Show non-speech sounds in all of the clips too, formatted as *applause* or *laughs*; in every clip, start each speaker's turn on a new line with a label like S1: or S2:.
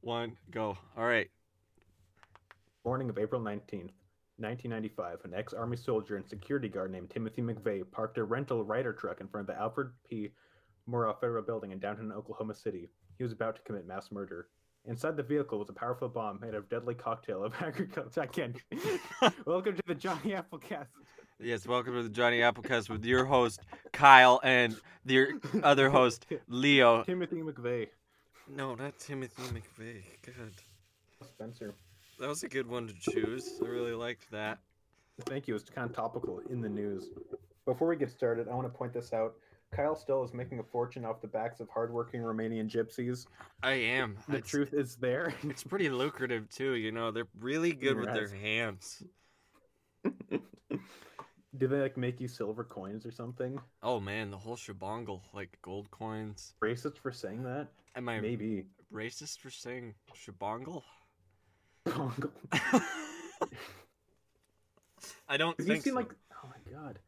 S1: one, go. All right.
S2: Morning of April 19th, 1995, an ex Army soldier and security guard named Timothy McVeigh parked a rental Ryder truck in front of the Alfred P. Murrah Federal Building in downtown Oklahoma City. He was about to commit mass murder. Inside the vehicle was a powerful bomb made of deadly cocktail of *laughs* agriculture. I can't. Welcome to the Johnny Applecast.
S1: Yes, welcome to the Johnny Applecast with your host Kyle and your other host Leo.
S2: Timothy McVeigh.
S3: No, not Timothy McVeigh. God,
S2: Spencer.
S3: that was a good one to choose. I really liked that.
S2: Thank you. It's kind of topical in the news. Before we get started, I want to point this out. Kyle Still is making a fortune off the backs of hardworking Romanian gypsies.
S3: I am.
S2: The
S3: it's,
S2: truth is there. *laughs*
S3: it's pretty lucrative too. You know, they're really good with their
S2: Right.
S3: hands.
S2: Do they like make you silver coins or something?
S3: Oh man, the whole shabongle, like gold coins.
S2: Racist for saying that?
S3: Am I
S2: Maybe. *laughs*
S3: racist for saying shabongle?
S2: Have
S3: I don't
S2: you
S3: think
S2: seen
S3: so.
S2: like? Oh my god,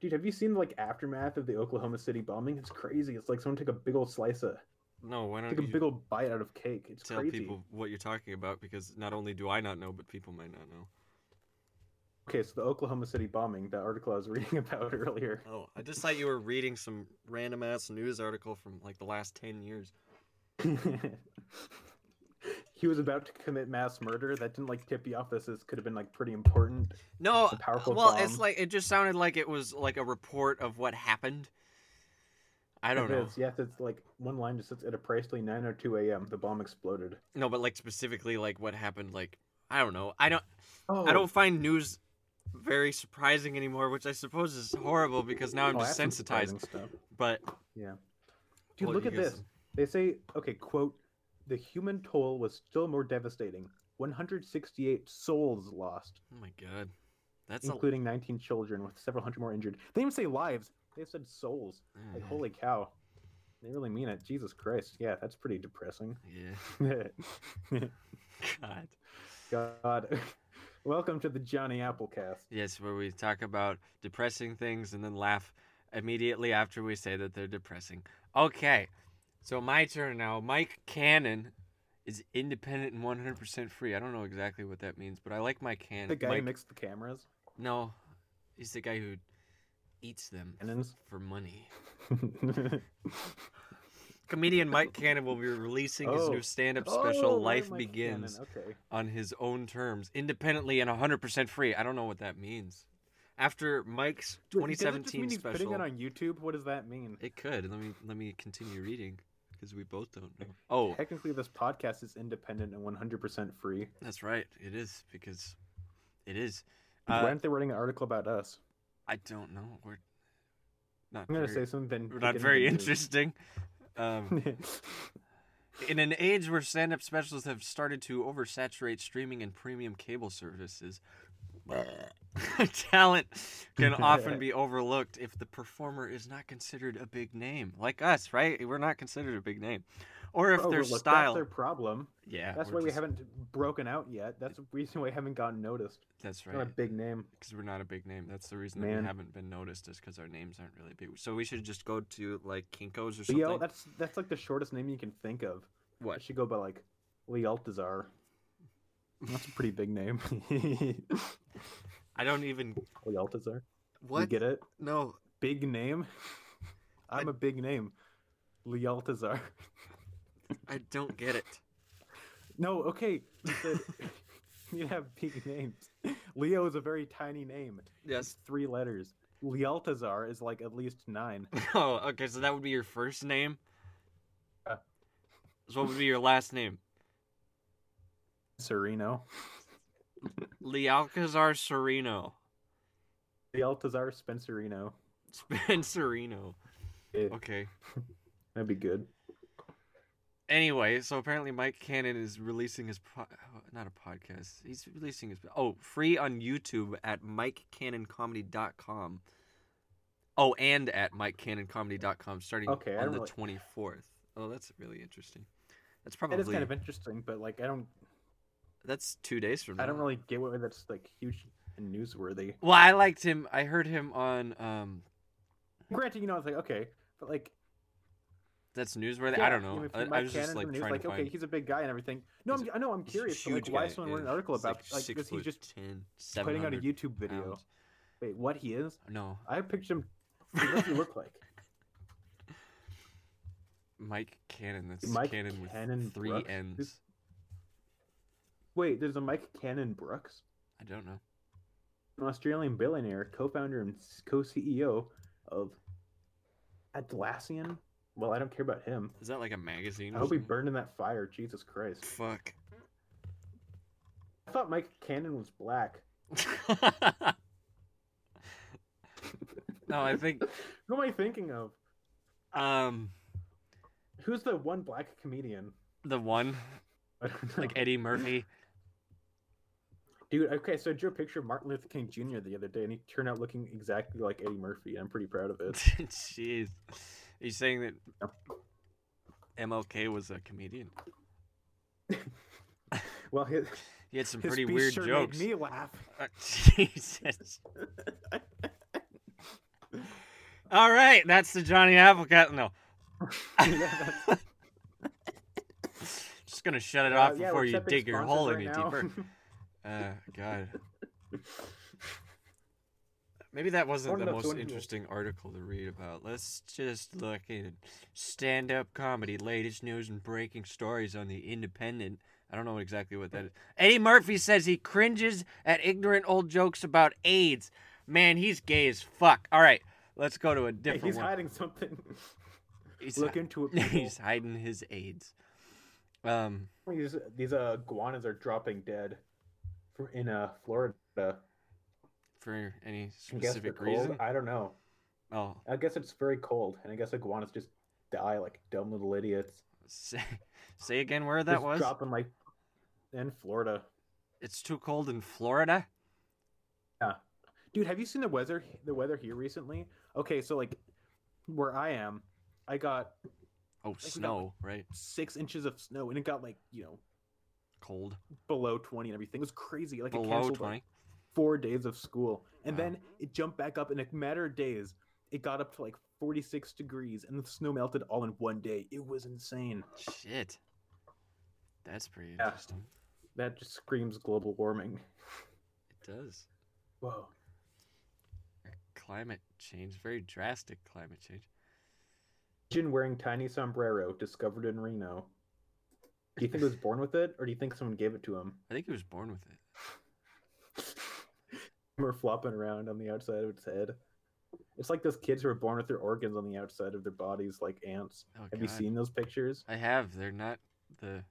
S2: dude! Have you seen like aftermath of the Oklahoma City bombing? It's crazy. It's like someone took a big old slice of,
S3: No, why
S2: took
S3: don't
S2: a
S3: you
S2: big old bite out of cake. It's
S3: tell
S2: crazy.
S3: people what you're talking about? Because not only do I not know, but people might not know.
S2: Okay, so the Oklahoma City bombing, that article I was *laughs* reading about earlier. *laughs*
S3: Oh, I just thought you were reading some random ass news article from like the last ten years.
S2: he was about to commit mass murder. That didn't like tip you off. This is, could have been like pretty important.
S3: No,
S2: The powerful
S3: well, it's
S2: bomb.
S3: like it just sounded like it was like a report of what happened. I don't know.
S2: Yes, it's like one line just says at approximately 9:02 a.m. the bomb exploded.
S3: No, but like specifically like what happened like I don't know. I don't
S2: Oh,
S3: I don't find news very surprising anymore, which I suppose is horrible because now I'm
S2: Oh, that's some
S3: desensitized.
S2: surprising Stuff.
S3: But
S2: Dude,
S3: Well,
S2: look
S3: you
S2: at
S3: guys-
S2: this. They say, okay, quote, the human toll was still more devastating. 168 souls lost,
S3: oh my god. That's a
S2: including 19 children, with several hundred more injured. They didn't even say lives. They said souls. Like,
S3: Mm,
S2: holy cow. They really mean it. Jesus Christ. Yeah, that's pretty depressing. *laughs*
S3: Yeah. *laughs* God.
S2: God. *laughs* Welcome to the Johnny Applecast.
S3: Yes, where we talk about depressing things and then laugh immediately after we say that they're depressing. Okay, so my turn now. Mike Cannon is independent and 100% free. I don't know exactly what that means, but I like Mike Cannon.
S2: The guy
S3: Mike-
S2: who mixed the cameras.
S3: No, he's the guy who eats them
S2: Cannons.
S3: for money. Comedian Mike Cannon will be releasing his
S2: Oh.
S3: new stand up *laughs* special,
S2: Oh, right,
S3: Life
S2: Mike
S3: Begins,
S2: Cannon, Okay.
S3: on his own terms, independently and 100% free. I don't know what that means. After Mike's
S2: Wait, does it just
S3: 2017
S2: mean he's
S3: special,
S2: putting it on YouTube? What does that mean?
S3: It could. Let me let me continue reading because we both don't know. Oh,
S2: Technically, this podcast is independent and 100% free.
S3: that's right. It is because it is.
S2: Why
S3: Uh,
S2: aren't they writing an article about us?
S3: I don't know. We're not.
S2: I'm going to say
S3: very,
S2: something.
S3: we're not very
S2: *laughs*
S3: interesting. Um, in an age where stand-up specials have started to oversaturate streaming and premium cable services, *laughs* talent
S2: *laughs*
S3: can often be overlooked if the performer is not considered a big name, like us, right? We're not considered a big name, or if their
S2: That's
S3: style.
S2: their problem.
S3: Yeah,
S2: That's
S3: we're
S2: why we
S3: just-
S2: haven't broken out yet. That's the reason why we haven't gotten noticed.
S3: That's
S2: Not a
S3: right.
S2: big name.
S3: because we're not a big name. That's the reason that
S2: Man.
S3: we haven't been noticed is because our names aren't really big. So we should just go to like Kinkos or something.
S2: Leo, that's that's like the shortest name you can think of. I
S3: what?
S2: should go by like Lealtazar. That's a pretty big name. *laughs*
S3: I don't even.
S2: Lealtazar. You
S3: What?
S2: get it?
S3: No.
S2: Big name? *laughs* I'm a big name. Lealtazar.
S3: I don't get it.
S2: *laughs* No, okay. You *laughs* said you have big names. Leo is a very tiny name.
S3: Yes.
S2: It's three letters. Lealtazar is like at least nine.
S3: Oh, okay. So that would be your first name.
S2: Yeah.
S3: So what would be your last name?
S2: Sereno.
S3: Lealcazar Sereno.
S2: Lealtazar Spencerino.
S3: *laughs* Spencerino.
S2: Yeah,
S3: Okay.
S2: That'd be good.
S3: Anyway, so apparently Mike Cannon is releasing his po- not a podcast. He's releasing his oh free on YouTube at mikecannoncomedy.com. Oh, and at mikecannoncomedy.com starting
S2: Okay, I
S3: on
S2: don't
S3: the
S2: really-
S3: twenty fourth. Oh, that's really interesting. That's
S2: That
S3: probably
S2: is kind of interesting, but like I don't
S3: that's two days from now.
S2: I don't really get why that's like huge and newsworthy.
S3: Well, I liked him. I heard him on um
S2: Granted, you know, it's like okay, but like
S3: that's newsworthy.
S2: Yeah,
S3: I don't
S2: you
S3: know.
S2: if you-
S3: I, I
S2: Mike
S3: was
S2: Cannon's
S3: just
S2: in
S3: like
S2: the news,
S3: trying
S2: like,
S3: to
S2: okay,
S3: find.
S2: he's a big guy and everything. No,
S3: He's
S2: I'm, I know, I'm
S3: He's a
S2: curious. but, like,
S3: huge
S2: why
S3: guy,
S2: someone wrote an
S3: yeah.
S2: article
S3: He's
S2: about like,
S3: six
S2: because he's
S3: foot
S2: just
S3: 10,
S2: putting out a
S3: 700
S2: YouTube video.
S3: pounds.
S2: Wait, what he is?
S3: No,
S2: I
S3: *laughs*
S2: pictured him. What does he look like?
S3: Mike Cannon. That's
S2: Mike
S3: Cannon with
S2: Cannon
S3: three
S2: Brooks?
S3: N's.
S2: This- Wait, there's a Mike Cannon Brooks,
S3: I don't know.
S2: an Australian billionaire, co-founder and co-CEO of Atlassian. Well, I don't care about him.
S3: Is that like a magazine?
S2: I
S3: or
S2: hope he
S3: something?
S2: burned in that fire. Jesus Christ!
S3: Fuck.
S2: I thought Mike Cannon was black. *laughs*
S3: no, I think
S2: Who am I thinking of?
S3: um
S2: Who's the one black comedian? *laughs*
S3: the one
S2: I don't know.
S3: like Eddie
S2: *laughs*
S3: Murphy.
S2: Dude, okay, so I drew a picture of Martin Luther King Jr. the other day, and he turned out looking exactly like Eddie Murphy. I'm pretty proud
S3: *laughs*
S2: of it.
S3: Jeez, are you saying that MLK was a comedian?
S2: Well, his,
S3: He had some
S2: his
S3: pretty
S2: speech
S3: weird
S2: sure
S3: jokes.
S2: made
S3: *laughs*
S2: me laugh. *laughs*
S3: Uh, Jesus. All right, that's the Johnny Applecat. No,
S2: yeah, that's,
S3: just gonna shut it
S2: uh,
S3: off
S2: yeah,
S3: before
S2: we're
S3: you
S2: accepting
S3: dig your
S2: sponsors
S3: hole
S2: right
S3: any
S2: now. *laughs*
S3: deeper. Uh, God. Maybe that wasn't
S2: One
S3: the
S2: of the
S3: most
S2: 20
S3: interesting article to read about. Let's just look at stand up comedy, latest news and breaking stories on The Independent. I don't know exactly what that is. Eddie Murphy says he cringes at ignorant old jokes about AIDS. Man, he's gay as fuck. All right, let's go to a
S2: Hey,
S3: different
S2: he's
S3: one.
S2: hiding
S3: *laughs*
S2: something.
S3: He's
S2: Look
S3: hi-
S2: into it. people.
S3: *laughs* he's hiding his AIDS. Um,
S2: *laughs* These these uh, guanas are dropping dead from in uh, Florida.
S3: for any
S2: I guess they're
S3: specific
S2: cold.
S3: reason?
S2: I don't know.
S3: Oh,
S2: I guess it's very cold, and I guess iguanas just die like dumb little idiots.
S3: say, say again where that
S2: Just
S3: was.
S2: dropping like in Florida.
S3: It's too cold in Florida.
S2: Dude, have you seen the weather the weather here recently? Okay, so like where I am, I got
S3: Oh,
S2: got,
S3: snow, right?
S2: six inches of snow and it got like, you know,
S3: Cold.
S2: below twenty and everything. It was crazy. Like it
S3: Below
S2: canceled like,
S3: 20.
S2: four days of school. And
S3: Wow.
S2: then it jumped back up in a matter of days. It got up to like forty six degrees and the snow melted all in one day. It was insane.
S3: Shit. That's pretty
S2: Yeah.
S3: interesting.
S2: That just screams global warming.
S3: It does.
S2: Whoa.
S3: Climate change, very drastic climate change.
S2: Jin wearing tiny sombrero discovered in Reno. Do you think he was born with it, or do you think someone gave it to him?
S3: I think he was born with it.
S2: *laughs* We're flopping around on the outside of its head. It's like those kids who are born with their organs on the outside of their bodies, like ants.
S3: Oh,
S2: Have you
S3: God.
S2: seen those pictures?
S3: I have. They're not the.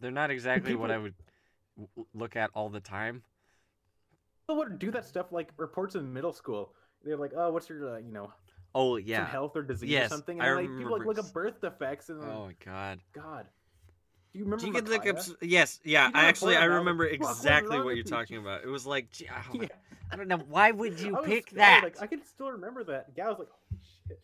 S3: They're not exactly what I would w- look at all the time.
S2: People would do that stuff like reports in middle school. They're like, "Oh, what's your, uh, you know,
S3: Oh
S2: some
S3: yeah.
S2: health or disease
S3: Yes,
S2: or something?" And
S3: I
S2: then, like, people like
S3: remember
S2: look
S3: s-
S2: up birth defects and
S3: Oh
S2: like,
S3: my god.
S2: God, do you remember?
S3: you could look up?
S2: Makaya?
S3: s- Yes. Yeah.
S2: You know
S3: I
S2: what
S3: actually I
S2: Florida-
S3: remember
S2: Florida
S3: exactly what
S2: Florida
S3: you're
S2: Beach.
S3: talking about. It was like, gee, oh my-
S2: *laughs* Yeah.
S3: I don't know. Why would
S2: I
S3: you
S2: was-
S3: pick
S2: I was
S3: that?
S2: like, I can still remember that. Yeah, I was like, holy shit.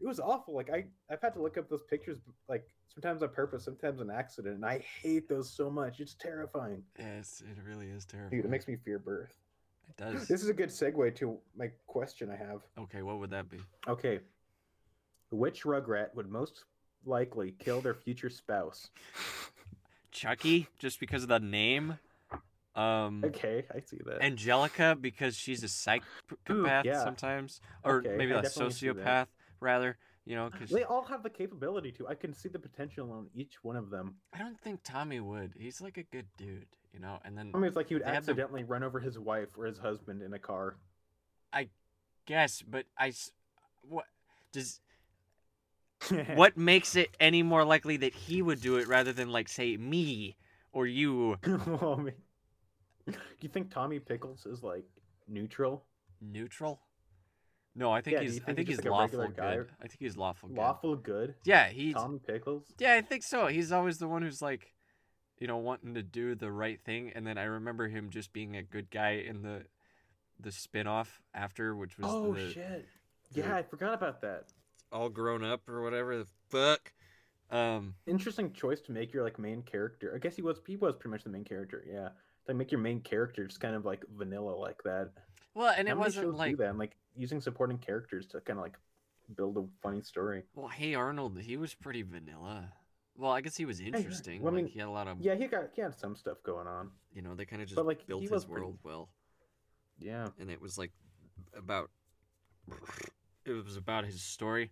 S2: It was awful. Like I, I've had to look up those pictures like sometimes on purpose, sometimes an accident, and I hate those so much. It's terrifying.
S3: Yes, it really is terrible.
S2: Dude, it makes me fear birth.
S3: It does.
S2: This is a good segue to my question I have.
S3: Okay, what would that be?
S2: Okay. Which Rugrat would most likely kill their future spouse?
S3: Chucky, just because of the name. Um,
S2: Okay, I see that.
S3: Angelica, because she's a psychopath
S2: yeah.
S3: sometimes, or
S2: Okay,
S3: maybe
S2: I
S3: a
S2: definitely see that.
S3: sociopath rather. You
S2: *gasps*
S3: know, because
S2: they all have the capability to. I can see the potential on each one of them.
S3: I don't think Tommy would. He's like a good dude, you know. And then
S2: I mean, it's like he would
S3: They have the-
S2: accidentally run over his wife or his husband in a car.
S3: guess, but I, s- what does
S2: *laughs*
S3: what makes it any more likely that he would do it rather than like say me or you?
S2: *laughs* oh, man. Do you think Tommy Pickles is like neutral,
S3: Neutral? No, I think
S2: Yeah, do
S3: he's.
S2: you
S3: I
S2: think
S3: think
S2: he's
S3: he's
S2: just like a
S3: lawful
S2: regular
S3: good.
S2: guy or-
S3: I think he's lawful good.
S2: lawful good?
S3: Yeah, he's.
S2: Tommy Pickles.
S3: Yeah, I think so. He's always the one who's like, you know, wanting to do the right thing. And then I remember him just being a good guy in the the spin-off after, which was
S2: Oh
S3: the
S2: shit!
S3: the-
S2: Yeah, I forgot about that.
S3: all grown up or whatever the fuck. Um,
S2: Interesting choice to make your like main character. I guess he was he was pretty much the main character. Yeah, to make your main character just kind of like vanilla like that.
S3: well, and
S2: How
S3: it
S2: many shows
S3: wasn't
S2: do
S3: like
S2: that, and, like using supporting characters to kind of like build a funny story.
S3: Well, hey Arnold, he was pretty vanilla. Well, I guess he was interesting.
S2: Well, I
S3: like,
S2: mean,
S3: he had a lot of,
S2: Yeah, he got he had some stuff going on.
S3: you know, they kind of just
S2: but, like,
S3: built
S2: he
S3: his
S2: was pretty-
S3: world well,
S2: Yeah.
S3: and it was like about it was about his story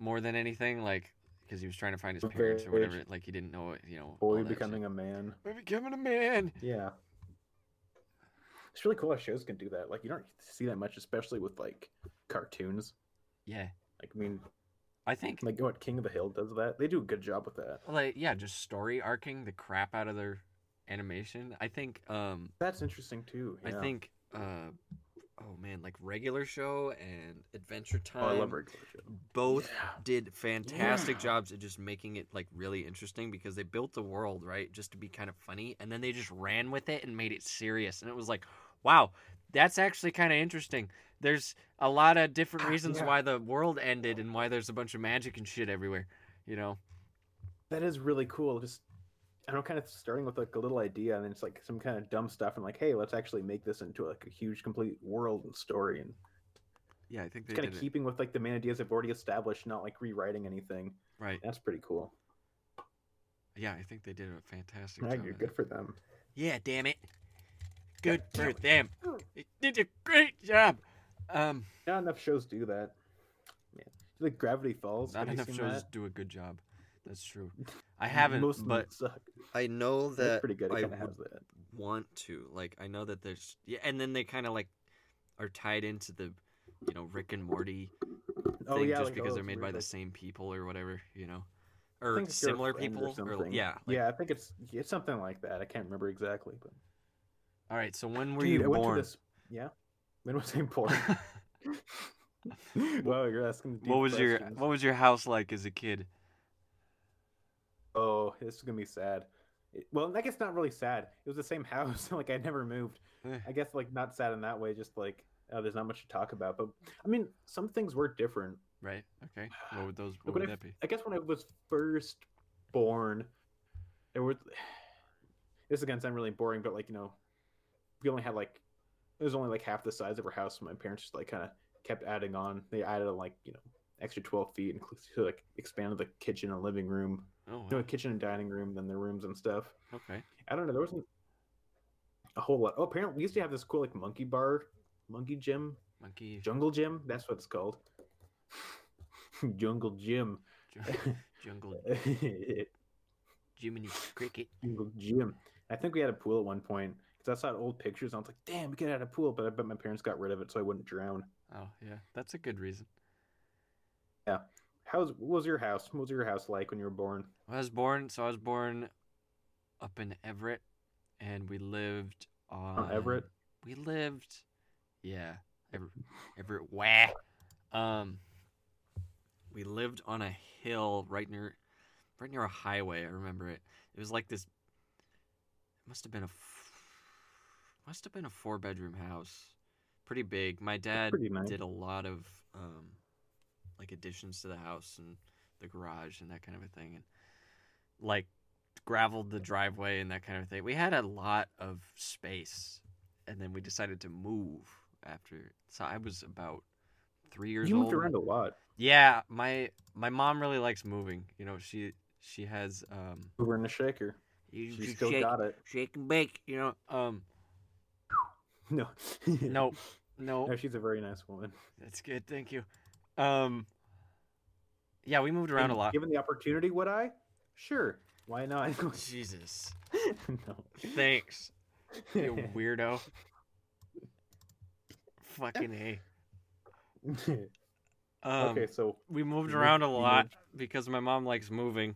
S3: more than anything, like because he was trying to find his parents or
S2: Very-
S3: whatever. Like he didn't know, it, you know,
S2: Boy becoming a man.
S3: a becoming a man.
S2: Yeah. It's really cool how shows can do that. Like you don't see that much, especially with like cartoons.
S3: Yeah,
S2: Like I mean,
S3: I think
S2: like what King of the Hill does that. They do a good job with that.
S3: like yeah, just story arcing the crap out of their animation. I think um
S2: That's interesting too.
S3: I
S2: yeah.
S3: think uh oh man, like regular show and Adventure Time.
S2: Oh, I love regular shows.
S3: Both
S2: Yeah.
S3: did fantastic
S2: Yeah.
S3: jobs at just making it like really interesting because they built the world right just to be kind of funny and then they just ran with it and made it serious and it was like wow that's actually kind of interesting there's a lot of different
S2: Ah,
S3: reasons
S2: yeah.
S3: why the world ended and why there's a bunch of magic and shit everywhere you know
S2: That is really cool. Just I don't kind of starting with like a little idea and then it's like some kind of dumb stuff and like, hey, let's actually make this into like a huge complete world and story and
S3: yeah i think
S2: it's kind of keeping with like the main ideas I've already established, not like rewriting anything.
S3: right
S2: That's pretty cool.
S3: yeah i think they did a fantastic
S2: Yeah,
S3: job
S2: you're
S3: at
S2: good
S3: it.
S2: for them.
S3: yeah damn it good for them they did a great job um
S2: Not enough shows do that. Yeah. Like Gravity Falls.
S3: Not
S2: have
S3: enough
S2: you
S3: shows
S2: seen that?
S3: do a good job. That's true. I haven't,
S2: Most of them
S3: but
S2: suck.
S3: I know
S2: That's
S3: that
S2: pretty good. It
S3: I
S2: kind of
S3: would
S2: has that.
S3: want to. Like, I know that there's, yeah, and then they kind of like are tied into the, you know, Rick and Morty thing
S2: Oh yeah,
S3: just
S2: like,
S3: because
S2: oh,
S3: they're
S2: it's
S3: made
S2: weird,
S3: by the
S2: like-
S3: same people or whatever, you know,
S2: I
S3: or
S2: think it's your
S3: similar
S2: friend or
S3: people. Or,
S2: something.
S3: yeah. like-
S2: yeah, I think it's it's something like that. I can't remember exactly, but
S3: All right. So when were
S2: Dude, I
S3: you
S2: went to
S3: born?
S2: this- Yeah, when was
S3: *laughs*
S2: I born? *laughs* wow, you're asking. The deep
S1: What was your
S2: questions.
S1: What was your house like as a kid?
S2: Oh, this is gonna be sad. It- well, I guess not really sad. It was the same *laughs* house. like I never moved.
S3: Eh.
S2: I guess like not sad in that way. Just like oh, there's not much to talk about. But I mean, some things were different.
S3: right. Okay. What would those? What
S2: Look
S3: would
S2: what
S3: that be?
S2: I guess when I was first born, there was. *sighs* This is gonna sound really boring, but like you know, we only had like it was only like half the size of our house. So my parents just like kind of kept adding on. They added like you know extra twelve feet and so like expanded the kitchen and living room,
S3: Oh.
S2: no
S3: wow,
S2: kitchen and dining room, then the rooms and stuff.
S3: Okay.
S2: I don't know. There wasn't a whole lot. Oh, apparently we used to have this cool like monkey bar, monkey gym, *laughs*
S3: Monkey.
S2: jungle gym. That's what it's called. *laughs* jungle gym. *laughs*
S3: ju- Jungle. Jiminy Cricket.
S2: Jungle gym. I think we had a pool at one point because I saw old pictures. And I was like, "Damn, we could have had a pool," but I bet my parents got rid of it so I wouldn't drown.
S3: Oh yeah, that's a good reason.
S2: How's what was your house? What was your house like when you were born?
S3: I was born, so I was born up in Everett, and we lived on
S2: On Everett?
S3: We lived, yeah, Ever, Everett. Wah. Um, we lived on a hill right near, right near a highway. I remember it. It was like this. It must have been a, f- must have been a four bedroom house, pretty big. My dad
S2: pretty nice.
S3: did a lot of um, like additions to the house and the garage and that kind of a thing, and like graveled the driveway and that kind of thing. We had a lot of space, and then we decided to move after. So I was about three years
S2: you
S3: old.
S2: moved around a lot.
S3: Yeah, my my mom really likes moving. You know, she she has um.
S2: Over in a shaker.
S3: You,
S2: She
S3: you
S2: still
S3: shake,
S2: got it. *laughs*
S3: shake and bake. You know, um.
S2: No.
S3: No, no,
S2: *laughs* No, she's a very nice woman.
S3: that's good. Thank you. Um. Yeah, we moved around
S2: And
S3: a lot.
S2: Given the opportunity, would I? Sure. Why not? *laughs*
S3: Jesus,
S2: no.
S3: thanks, you weirdo. Fucking hey. Um,
S2: *laughs* okay, so
S3: we moved
S2: you moved-
S3: around a
S2: you
S3: lot
S2: moved-
S3: because my mom likes moving.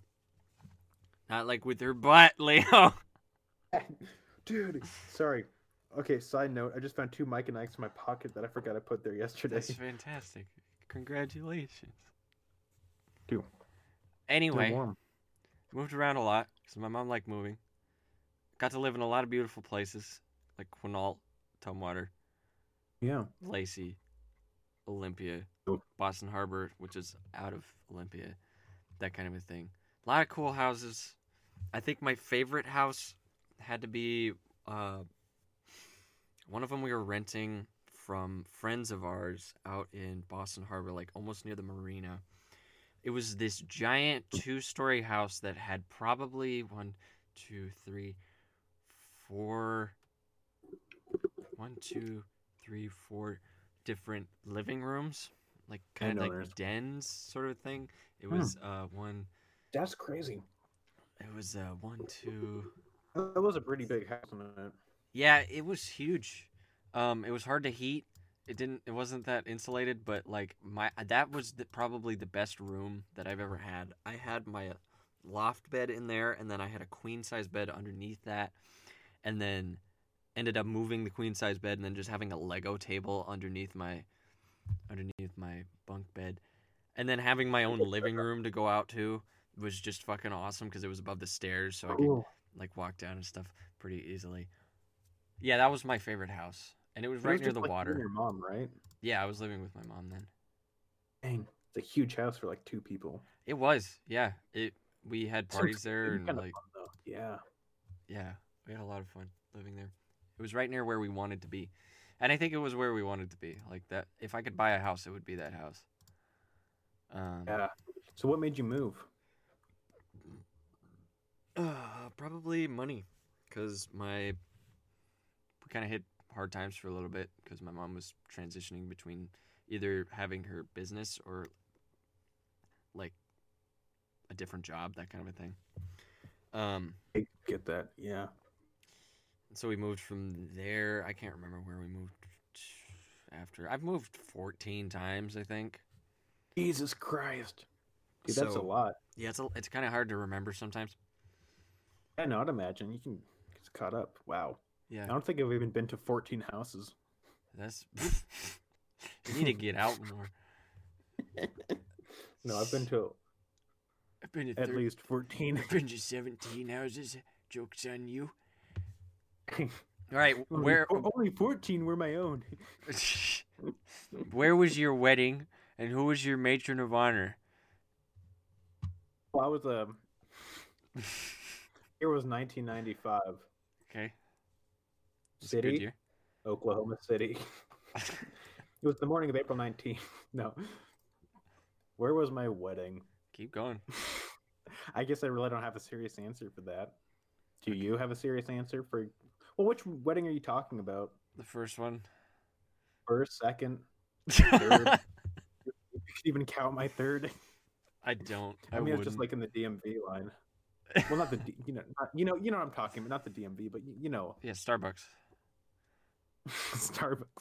S3: Not like with her butt, *laughs* Leo.
S2: dude, sorry. Okay, side note, I just found two Mike and Ike's in my pocket that I forgot I put there yesterday. *laughs*
S3: That's fantastic. Congratulations.
S2: Dude, They're
S3: Anyway,
S2: warm.
S3: moved around a lot because my mom liked moving. Got to live in a lot of beautiful places like Quinault, Tumwater,
S2: Yeah.
S3: Lacey, Olympia,
S2: Oh.
S3: Boston Harbor, which is out of Olympia, that kind of a thing. A lot of cool houses. I think my favorite house had to be uh, one of them we were renting from friends of ours out in Boston Harbor, like almost near the marina. It was this giant two story house that had probably one, two, three, four, one, two, three, four different living rooms, like kind
S2: know
S3: of
S2: theirs.
S3: like dens sort of thing. It
S2: Hmm.
S3: was uh one,
S2: That's crazy.
S3: it was uh one, two,
S2: That was a pretty big house. wasn't it?
S3: Yeah, it was huge. Um, it was hard to heat. It didn't. It wasn't that insulated, but like my that was the, probably the best room that I've ever had. I had my loft bed in there, and then I had a queen size bed underneath that, and then ended up moving the queen size bed, and then just having a Lego table underneath my underneath my bunk bed, and then having my own living room to go out to was just fucking awesome because it was above the stairs, so I could like walk down and stuff pretty easily. Yeah, that was my favorite house, and it was
S2: It
S3: right
S2: was
S3: near
S2: just
S3: the
S2: like you
S3: water.
S2: and Your mom, right?
S3: Yeah, I was living with my mom then.
S2: Dang, it's a huge house for like two people.
S3: It was, yeah. It we had
S2: Sounds
S3: parties there
S2: It's
S3: and
S2: kinda
S3: like
S2: fun, though. yeah,
S3: yeah, we had a lot of fun living there. It was right near where we wanted to be, and I think it was where we wanted to be. Like that, if I could buy a house, it would be that house. Um,
S2: yeah. So what made you move?
S3: Uh, probably money, because my we kind of hit hard times for a little bit because my mom was transitioning between either having her business or like a different job, that kind of a thing. Um,
S2: I get that. Yeah.
S3: so we moved from there. I can't remember where we moved t- after. I've moved fourteen times, I think.
S2: Jesus Christ. Dude, that's
S3: So-
S2: a lot.
S3: Yeah, it's a, it's kind of hard to remember sometimes.
S2: I know. I'd imagine you can get caught up. Wow. I
S3: Yeah,
S2: don't think I've even been to 14 houses.
S3: that's *laughs* you need to get out more.
S2: *laughs* No, I've been to
S3: I've been to
S2: at
S3: thir-
S2: least 14.
S3: *laughs* I've been to 17 houses. Joke's on you. All
S2: *laughs*
S3: right,
S2: Only-
S3: where
S2: o- only 14 were my own. *laughs*
S3: where was your wedding and who was your matron of honor? *laughs*
S2: Well, I was um here was 1995
S3: Okay. It's a good
S2: city,
S3: year.
S2: Oklahoma City. *laughs* It was the morning of April 19th. *laughs* No. Where was my wedding?
S3: *laughs*
S2: *laughs*
S3: Keep going.
S2: I guess I really don't have a serious answer for that. Do you have a serious answer for Well, which wedding are you talking about?
S3: The first one.
S2: First, second, *laughs* Third.
S3: I
S2: you could even count my third. *laughs*
S3: don't. *laughs* I,
S2: I, mean, it's
S3: wouldn't.
S2: just like in the DMV line.
S3: *laughs*
S2: Well, not the D, you know, not, you know, you know what I'm talking about, not the DMV, but you, you know, *laughs*
S3: yeah, Starbucks. *laughs*
S2: Starbucks.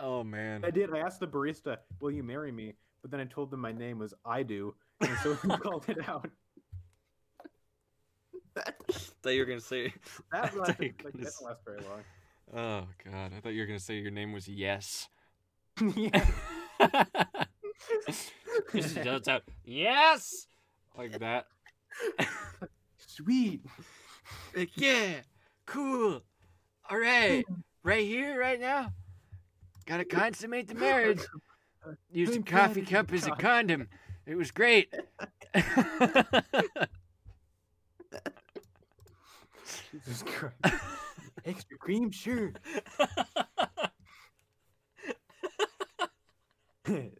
S3: oh man.
S2: I did. I asked the barista, "Will you marry me?" But then I told them my name was I do, and so he *laughs* called it out.
S3: *laughs* thought you were gonna say.
S2: That
S3: I
S2: lasted,
S3: think
S2: like, that
S3: it's-
S2: didn't last very long.
S3: *laughs* Oh god, I thought you were gonna say your name was Yes. *laughs*
S2: yeah,
S3: Just shouts out, yes, like that.
S2: *laughs* sweet.
S3: Like, yeah, cool. All right, right here, right now. Gotta consummate the marriage. Used a
S2: I'm
S3: coffee
S2: glad
S3: cup
S2: you
S3: as a
S2: got-
S3: condom. It was great.
S2: *laughs* Jesus Christ. Extra cream, sure. Dude,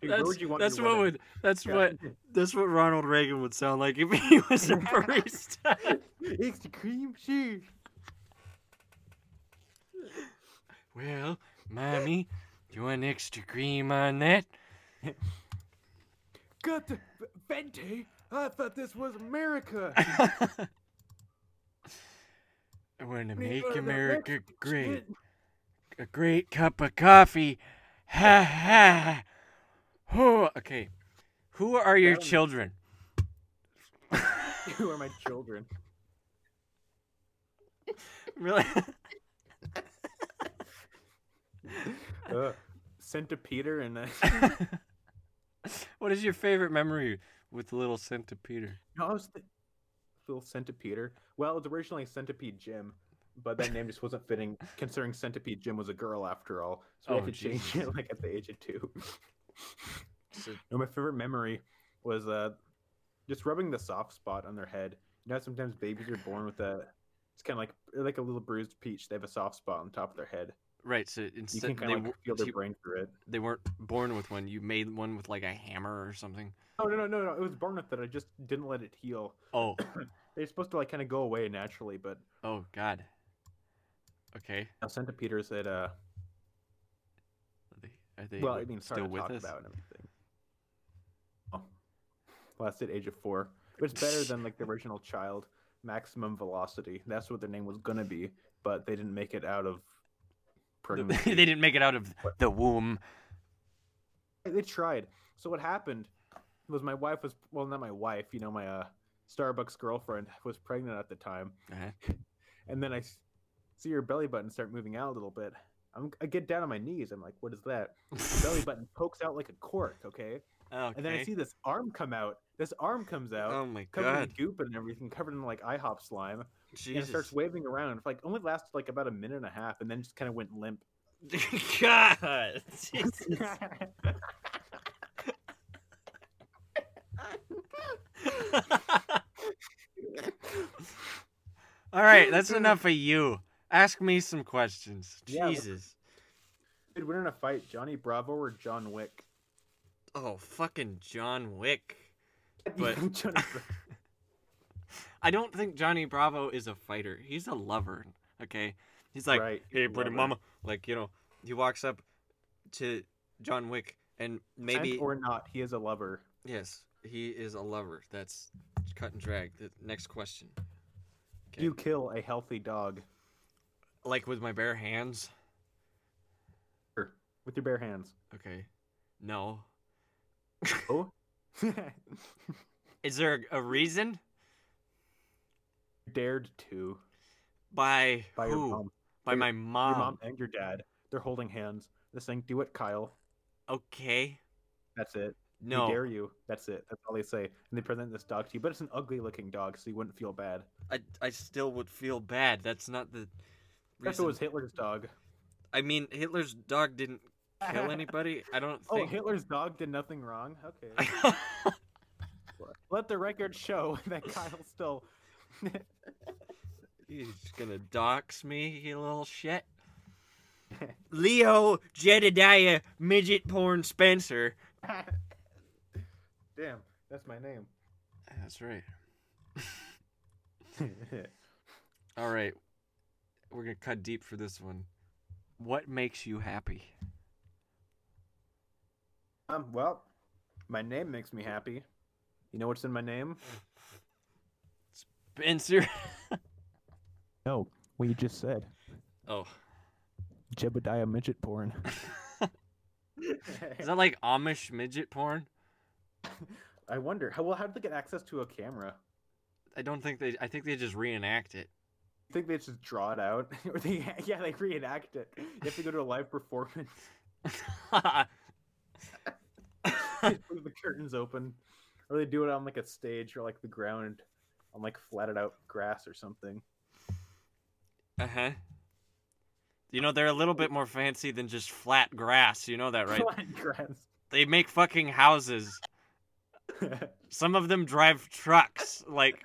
S2: where
S3: that's
S2: would you want
S3: that's
S2: your
S3: what
S2: wedding?
S3: would that's
S2: Yeah.
S3: what that's what Ronald Reagan would sound like if he was a barista.
S2: Extra cream, sure.
S3: Well, mommy, do you want extra cream on *laughs* that?
S2: Got the Fenty. I thought this was America.
S3: I want to
S2: We
S3: make
S2: are the
S3: America
S2: best
S3: great.
S2: shit.
S3: A great cup of coffee. Ha ha. Oh, okay. Who are your
S2: That one-
S3: children?
S2: *laughs* Who are my children?
S3: *laughs* Really?
S2: *laughs* Uh,
S3: *laughs*
S2: Centipeder and uh,
S3: *laughs*
S2: *laughs*
S3: what is your favorite memory with Little Centipede?
S2: no, I was th- little Centipeder. Well, it's originally Centipede Jim, but that name just wasn't fitting considering Centipede Jim was a girl after all. So we
S3: Oh,
S2: had to change
S3: Jesus.
S2: it like at the age of two.
S3: So-
S2: *laughs* no, my favorite memory was uh, just rubbing the soft spot on their head. You know, how sometimes babies are born with a It's kind of like like a little bruised peach. They have a soft spot on top of their head.
S3: Right. So
S2: You
S3: instead
S2: can
S3: they,
S2: kind of
S3: w-
S2: like feel their
S3: you-
S2: brain through it.
S3: they weren't born with one. You made one with like a hammer or something.
S2: Oh no no no no! It was born with it. I just didn't let it heal.
S3: Oh.
S2: They're supposed to like kind of go away naturally, but
S3: Oh God. Okay.
S2: now centipeders that uh
S3: Are they, are they
S2: well I mean sorry
S3: still
S2: to
S3: with
S2: talk
S3: us?
S2: about and everything. Oh. Lasted age of four. It was better than
S3: *laughs*
S2: like the original child. Maximum velocity. That's what their name was gonna be, but they didn't make it out of pregnancy.
S3: *laughs* they didn't make it out of the womb.
S2: They tried. So what happened was my wife was well, not my wife. You know, my uh, Starbucks girlfriend was pregnant at the time,
S3: Uh-huh.
S2: and then I s- see her belly button start moving out a little bit. I'm, I get down on my knees. I'm like, "What is that?" The
S3: *laughs*
S2: belly button pokes out like a cork. Okay,
S3: okay.
S2: and then I see this arm come out. This arm comes out.
S3: Oh my
S2: Covered
S3: God.
S2: in goop and everything, covered in like IHOP slime, and it
S3: Jesus. *laughs*
S2: starts waving around. It, like only lasted like about a minute and a half, and then just kind of went limp. *laughs*
S3: God. Jesus. All right, that's enough of you. Ask me some questions.
S2: Yeah, let's-
S3: Jesus.
S2: Dude, we're in a fight. Johnny Bravo or John Wick?
S3: Oh, fucking John Wick. But-
S2: *laughs* Johnny Bravo.
S3: I don't think Johnny Bravo is a fighter. He's a lover. Okay. He's like,
S2: right.
S3: hey,
S2: Lover.
S3: pretty mama. Like, you know, he walks up to John Wick and
S2: Sent
S3: *laughs* maybe.
S2: or not, he is a lover.
S3: Yes, he is a lover. That's cut and drag. The next question.
S2: Do you kill a healthy dog
S3: Like with my bare hands.
S2: Sure. with your
S3: *laughs*
S2: bare hands?
S3: Okay. No. *laughs*
S2: Oh, *laughs*
S3: Is there a reason?
S2: dared to
S3: By,
S2: by your
S3: who? Um.
S2: mom,
S3: By
S2: Your-
S3: my
S2: your
S3: mom.
S2: your mom and your dad. They're holding hands. This thing, do it, Kyle.
S3: Okay.
S2: That's it. We
S3: No.
S2: dare you. That's it. That's all they say. And they present this dog to you, but it's an ugly-looking dog, so you wouldn't feel bad.
S3: I, I still would feel bad. That's not the
S2: That's
S3: reason.
S2: what was Hitler's dog.
S3: I mean, Hitler's dog didn't *laughs* kill anybody. I don't
S2: oh,
S3: think.
S2: Hitler's dog did nothing wrong. Okay. Let the record show *laughs* that Kyle still.
S3: *laughs*
S2: *laughs*
S3: He's gonna dox me, you little *laughs* shit. Leo Jedediah Midget Porn Spencer.
S2: Damn, that's
S3: *laughs*
S2: my name.
S3: That's right. All right. We're going to cut deep for this one. What makes you happy?
S2: Um, well, my name makes me happy. You know what's in my name?
S3: Spencer.
S2: No, what you just said.
S3: *laughs* Oh.
S2: Jebediah midget
S3: *laughs*
S2: porn.
S3: Is that like Amish midget porn?
S2: *laughs* I wonder how well how did they get access to a camera?
S3: I don't think they I think they just reenact it. *laughs*
S2: You think they just draw it out? *laughs* or they yeah, they reenact it. You have to go to a live performance *laughs*
S3: *laughs* Uh-huh.
S2: with the curtains open. Or they do it on like a stage or like the ground on like flatted out grass or something.
S3: uh-huh. You know they're a little bit more fancy than just flat grass, you know that
S2: *laughs*
S3: right?
S2: Flat grass.
S3: they make fucking houses. Some of them drive trucks. Like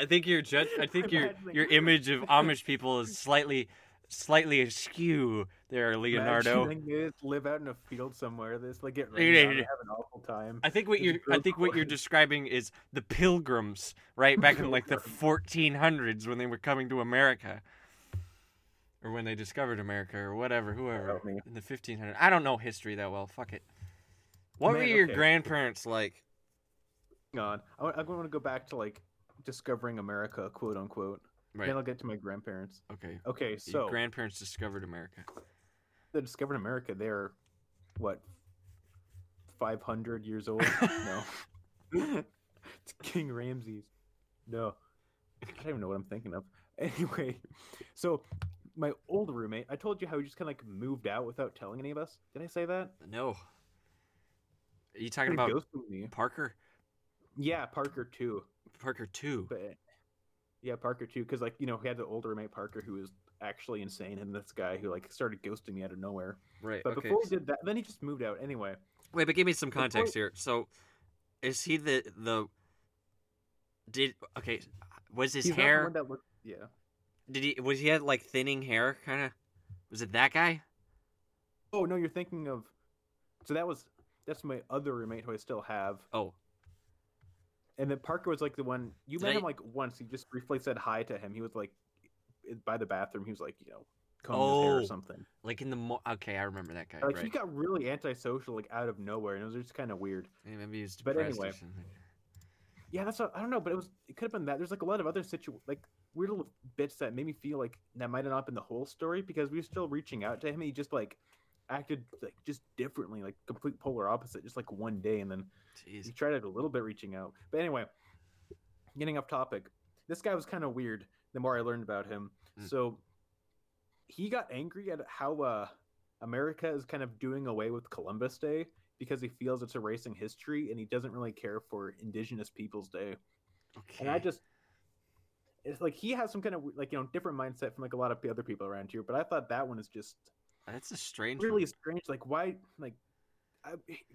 S3: I think your judge, I think your
S2: Imagining-
S3: your image of Amish people is slightly slightly askew there, *laughs* Leonardo.
S2: Imagining They just live out in a field somewhere. They just like get rained on
S3: *laughs*
S2: and have an awful time.
S3: I think what
S2: It's
S3: you're I
S2: real
S3: think what you're
S2: cool.
S3: describing is the pilgrims, right? Back in like
S2: *laughs*
S3: the 1400s when they were coming to America. Or when they discovered America or whatever, whoever.
S2: Help me.
S3: In the 1500s. I don't know history that well. Fuck it. What were
S2: Man,
S3: your
S2: okay.
S3: grandparents like?
S2: Hang on. I want, I want to go back to like discovering America, quote unquote.
S3: Right.
S2: Then I'll get to my grandparents.
S3: Okay.
S2: Okay,
S3: your
S2: so
S3: grandparents discovered America.
S2: they discovered America. They're what, five hundred years old? no,
S3: *laughs*
S2: *laughs* it's King Ramses. No, I don't even know what I'm thinking of. *laughs* Anyway, so my old roommate, I told you how he just kind of like moved out without telling any of us. Did I say that?
S3: No. Are you talking
S2: Kinda
S3: about
S2: ghosted me.
S3: Parker?
S2: Yeah, Parker too.
S3: Parker 2.
S2: But yeah, Parker too, because like you know, he had the older roommate Parker who was actually insane, and this guy who like started ghosting me out of nowhere.
S3: Right.
S2: But
S3: okay.
S2: before he did that, then he just moved out anyway.
S3: Wait, but give me some
S2: Before-
S3: context here. So Is he the the? Did okay? Was his
S2: He's not the
S3: hair?
S2: one that looked- yeah.
S3: Did he was he had like thinning hair kind of? Was it that guy?
S2: Oh no, you're thinking of. So that was that's my other roommate who I still have,
S3: Oh,
S2: and then Parker was like the one you
S3: Did
S2: met
S3: I-
S2: him like once. You just briefly said hi to him. He was like i- by the bathroom. He was like you know combing his hair
S3: Oh.
S2: or something.
S3: like in the mo- okay, I remember that guy.
S2: Like
S3: right.
S2: he got really antisocial like out of nowhere, and it was just kind of weird.
S3: Yeah, Maybe he was
S2: but
S3: depressed or
S2: anyway.
S3: something.
S2: Yeah, that's what, I don't know, but it was it could have been that. There's like a lot of other situ like weird little bits that made me feel like that might have not been the whole story because we were still reaching out to him and he just like acted like just differently, like complete polar opposite, just like one day, and then he
S3: Jeez.
S2: tried it a little bit reaching out. But anyway, getting off topic, this guy was kind of weird. The more I learned about him,
S3: Mm.
S2: so he got angry at how uh, America is kind of doing away with Columbus Day because he feels it's erasing history and he doesn't really care for Indigenous Peoples Day.
S3: Okay.
S2: And I just, it's like he has some kind of like you know different mindset from like a lot of the other people around here. But I thought that one is just
S3: That's a strange.
S2: really
S3: one.
S2: strange. Like why like. I,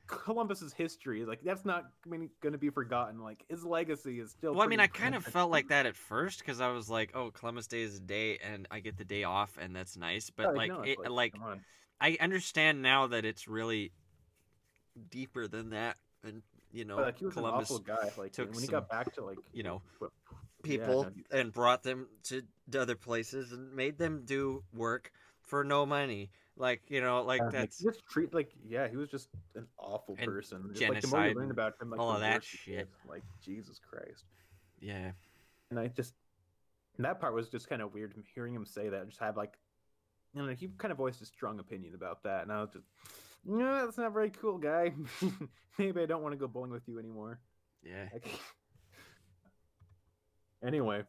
S2: Columbus's history, like that's not going to be forgotten. Like his legacy is still.
S3: Well, I mean, I
S2: pretty
S3: kind of
S2: rampant.
S3: felt
S2: *laughs*
S3: like that at first because I was like, "Oh, Columbus Day is a day, and I get the day off, and that's nice." But
S2: Yeah,
S3: like,
S2: no, it's
S3: it, like
S2: come on.
S3: I understand now that it's really deeper than that, and you know,
S2: But, like he was
S3: Columbus,
S2: an awful guy. Like
S3: took
S2: when he got back to like
S3: you know,
S2: what- yeah,
S3: people
S2: no,
S3: and brought them to, to other places and made them do work for no money. Like you know, like
S2: yeah, like,
S3: that's
S2: he just treat like yeah, he was just an awful
S3: And
S2: person. Just, like, the more
S3: genocide
S2: you learn
S3: and
S2: about him, like,
S3: all
S2: the
S3: of that
S2: worse he
S3: shit.
S2: is. Like Jesus Christ,
S3: yeah.
S2: and I just and that part was just kind of weird. Hearing him say that, just have like you know he kind of voiced a strong opinion about that, and I was just no, that's not very cool, guy. *laughs* Maybe I don't want to go bowling with you anymore. *laughs*
S3: Yeah.
S2: Like, anyway,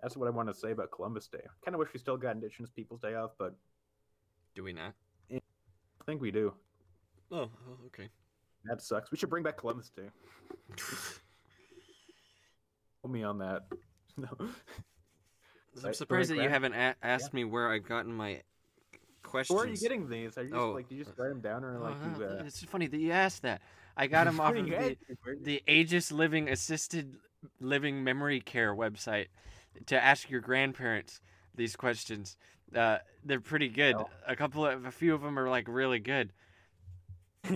S2: that's what I want to say about Columbus Day. Kind of wish we still got Indigenous Peoples Day off, but
S3: Do we not?
S2: I think we do.
S3: Oh, oh, okay.
S2: That sucks. We should bring back Columbus Day. Hold me on that. *laughs* No.
S3: I'm
S2: Right,
S3: surprised that you
S2: correct,
S3: haven't a- asked me where I've gotten my questions.
S2: Where are you getting these? Are you just
S3: Oh.
S2: like, do you just write them down or
S3: Oh,
S2: like you,
S3: uh,
S2: uh,
S3: it's funny that you asked that. I got them off of
S2: Pretty
S3: the,
S2: good. Where-
S3: the Aegis Living Assisted Living Memory Care website to ask your grandparents these questions. Uh, they're pretty good.
S2: Oh.
S3: A couple of a few of them are like really good.
S2: *laughs*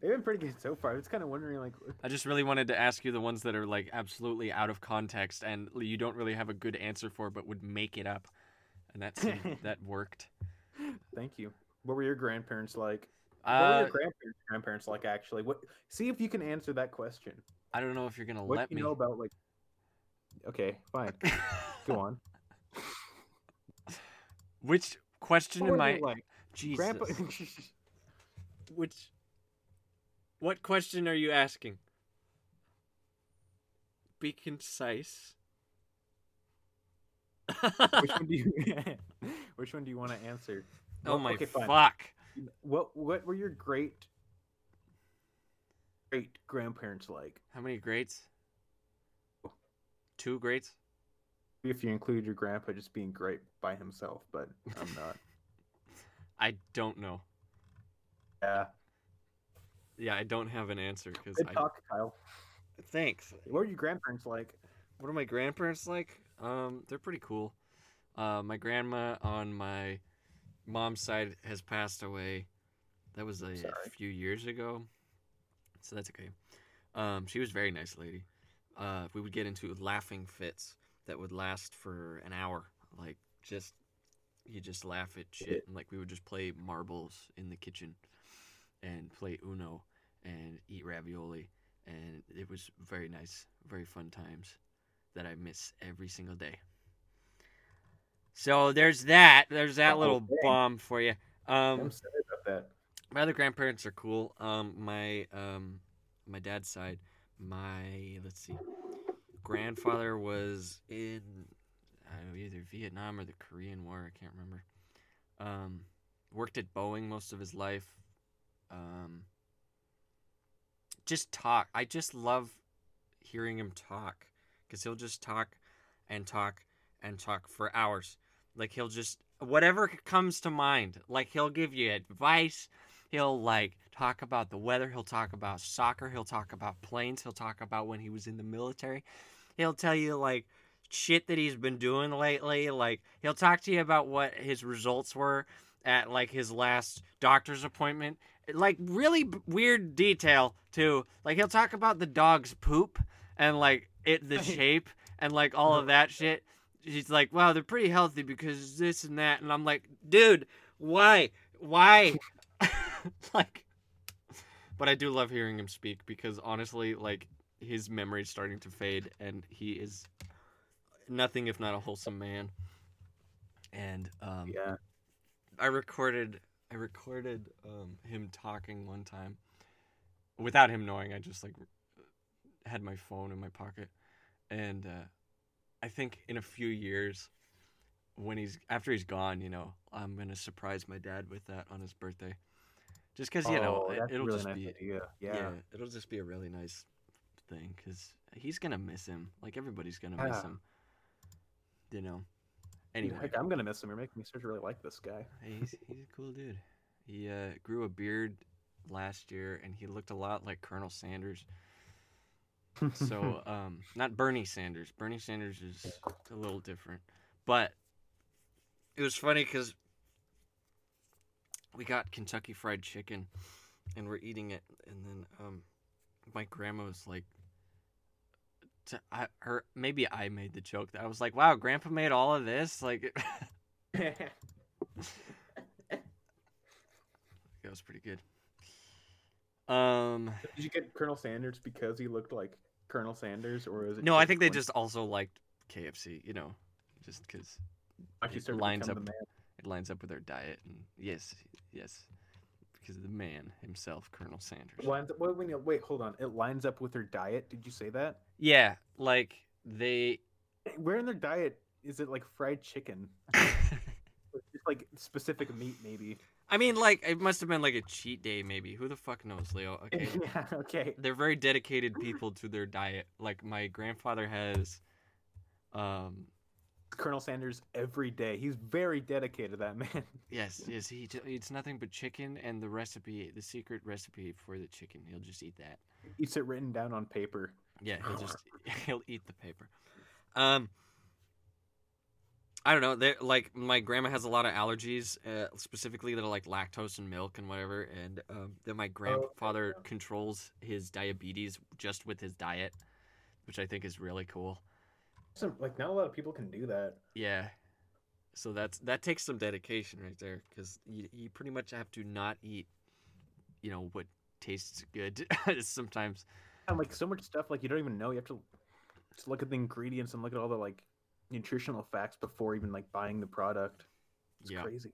S2: They've been pretty good so far. It's kind of wondering, like,
S3: I just really wanted to ask you the ones that are like absolutely out of context and you don't really have a good answer for, but would make it up, and that
S2: *laughs*
S3: seemed, that worked.
S2: thank you. What were your grandparents like? What were
S3: Uh,
S2: your grandparents, grandparents like? Actually, what? See if you can answer that question.
S3: I don't know if you're gonna
S2: What
S3: let
S2: do you
S3: me.
S2: know about like? Okay, fine. Go on.
S3: *laughs* Which *laughs* question
S2: What
S3: am
S2: were
S3: I?
S2: they like?
S3: Jesus.
S2: Grandpa.
S3: Which? What question are you asking? Be
S2: *laughs*
S3: concise.
S2: *laughs* which one
S3: *laughs*
S2: do you? *laughs* which one do you want to answer?
S3: oh
S2: What-
S3: my
S2: okay, fine.
S3: fuck!
S2: What What were your great great grandparents like?
S3: How many greats? Two greats.
S2: If you include your grandpa just being great by himself, but I'm
S3: *laughs*
S2: not.
S3: I don't know.
S2: Yeah.
S3: Yeah, I don't have an answer because
S2: Good
S3: I.
S2: talk, Kyle.
S3: Thanks.
S2: What were your grandparents like?
S3: What are my grandparents like? Um, they're pretty cool. Uh, my grandma on my mom's side has passed away. That was a
S2: Sorry.
S3: few years ago, so that's okay. Um, she was a very nice lady. Uh, we would get into laughing fits that would last for an hour, like just you just laugh at shit, and like we would just play marbles in the kitchen, and play Uno, and eat ravioli, and it was very nice, very fun times that I miss every single day. So there's that. There's that
S2: Oh,
S3: little
S2: dang.
S3: bomb for you. Um,
S2: I'm sorry about that.
S3: my other grandparents are cool. Um, my um, my dad's side, my let's see, grandfather was in I don't know, either Vietnam or the Korean War. I can't remember. Um, worked at Boeing most of his life. Um, just talk. I just love hearing him talk because he'll just talk and talk and talk for hours. Like he'll just whatever comes to mind. Like he'll give you advice. He'll like talk about the weather. He'll talk about soccer. He'll talk about planes. He'll talk about when he was in the military. He'll tell you like shit that he's been doing lately. Like he'll talk to you about what his results were at like his last doctor's appointment. Like really b- weird detail too. Like he'll talk about the dog's poop and like it the shape and like all of that shit. He's like, wow, they're pretty healthy because this and that, and I'm like, dude, why, why, *laughs* like. But I do love hearing him speak because honestly, like his memory's starting to fade, and he is nothing if not a wholesome man. And um,
S2: Yeah.
S3: I recorded I recorded um, him talking one time without him knowing. I just like had my phone in my pocket, and uh, I think in a few years, when he's after he's gone, you know, I'm gonna surprise my dad with that on his birthday, just because you know
S2: Oh,
S3: it,
S2: that's a
S3: it'll
S2: really
S3: just
S2: nice
S3: be
S2: idea. Yeah.
S3: yeah. it'll just be a really nice thing because he's gonna miss him. Like everybody's gonna miss
S2: Yeah.
S3: him. You know.
S2: Dude,
S3: Anyway,
S2: heck, I'm gonna miss him. You're making me start to really like this guy.
S3: he's he's a cool dude. He uh, grew a beard last year, and he looked a lot like Colonel Sanders.
S2: *laughs*
S3: So, um, not Bernie Sanders. Bernie Sanders is a little different, but it was funny because we got Kentucky Fried Chicken, and we're eating it, and then um, my grandma was like, to, I, her maybe I made the joke that I was like, "Wow, Grandpa made all of this." Like, *laughs* uh,
S2: *laughs*
S3: that was pretty good. Um,
S2: Did you get Colonel Sanders because he looked like Colonel Sanders, or is it?
S3: no, I think they just also liked KFC. You know, just because
S2: actually
S3: it
S2: started to
S3: lines
S2: become
S3: up.
S2: the man.
S3: it lines up with their diet. And yes, yes, because of the man himself, Colonel Sanders.
S2: Lines up, wait, wait, wait, hold on. It lines up with their diet. Did you say that?
S3: Yeah, like they.
S2: Where in their diet is it like
S3: *laughs*
S2: fried chicken? It's like specific meat, maybe.
S3: I mean, like it must have been like a cheat day, maybe. Who the fuck knows, Leo?
S2: *laughs*
S3: Okay,
S2: yeah. Okay.
S3: they're very dedicated people to their diet. Like my grandfather has, um,
S2: Colonel Sanders every day. He's very dedicated. That man.
S3: Yes, yes, he t- eats nothing but chicken, and the recipe, the secret recipe for the chicken, he'll just eat that.
S2: Eats it written down on paper.
S3: Yeah, he'll just *laughs* he'll eat the paper. Um, I don't know. They're, like my grandma has a lot of allergies, uh, specifically that are like lactose and milk and whatever. And um, then
S2: Oh,
S3: my grandfather
S2: yeah.
S3: controls his diabetes just with his diet, which I think is really cool.
S2: Some like not a lot of people can do that.
S3: Yeah. So that's that takes some dedication right there cuz you, you pretty much have to not eat you know what tastes good *laughs* sometimes.
S2: And like so much stuff, like you don't even know. You have to just look at the ingredients and look at all the like nutritional facts before even like buying the product. It's
S3: Yeah.
S2: crazy.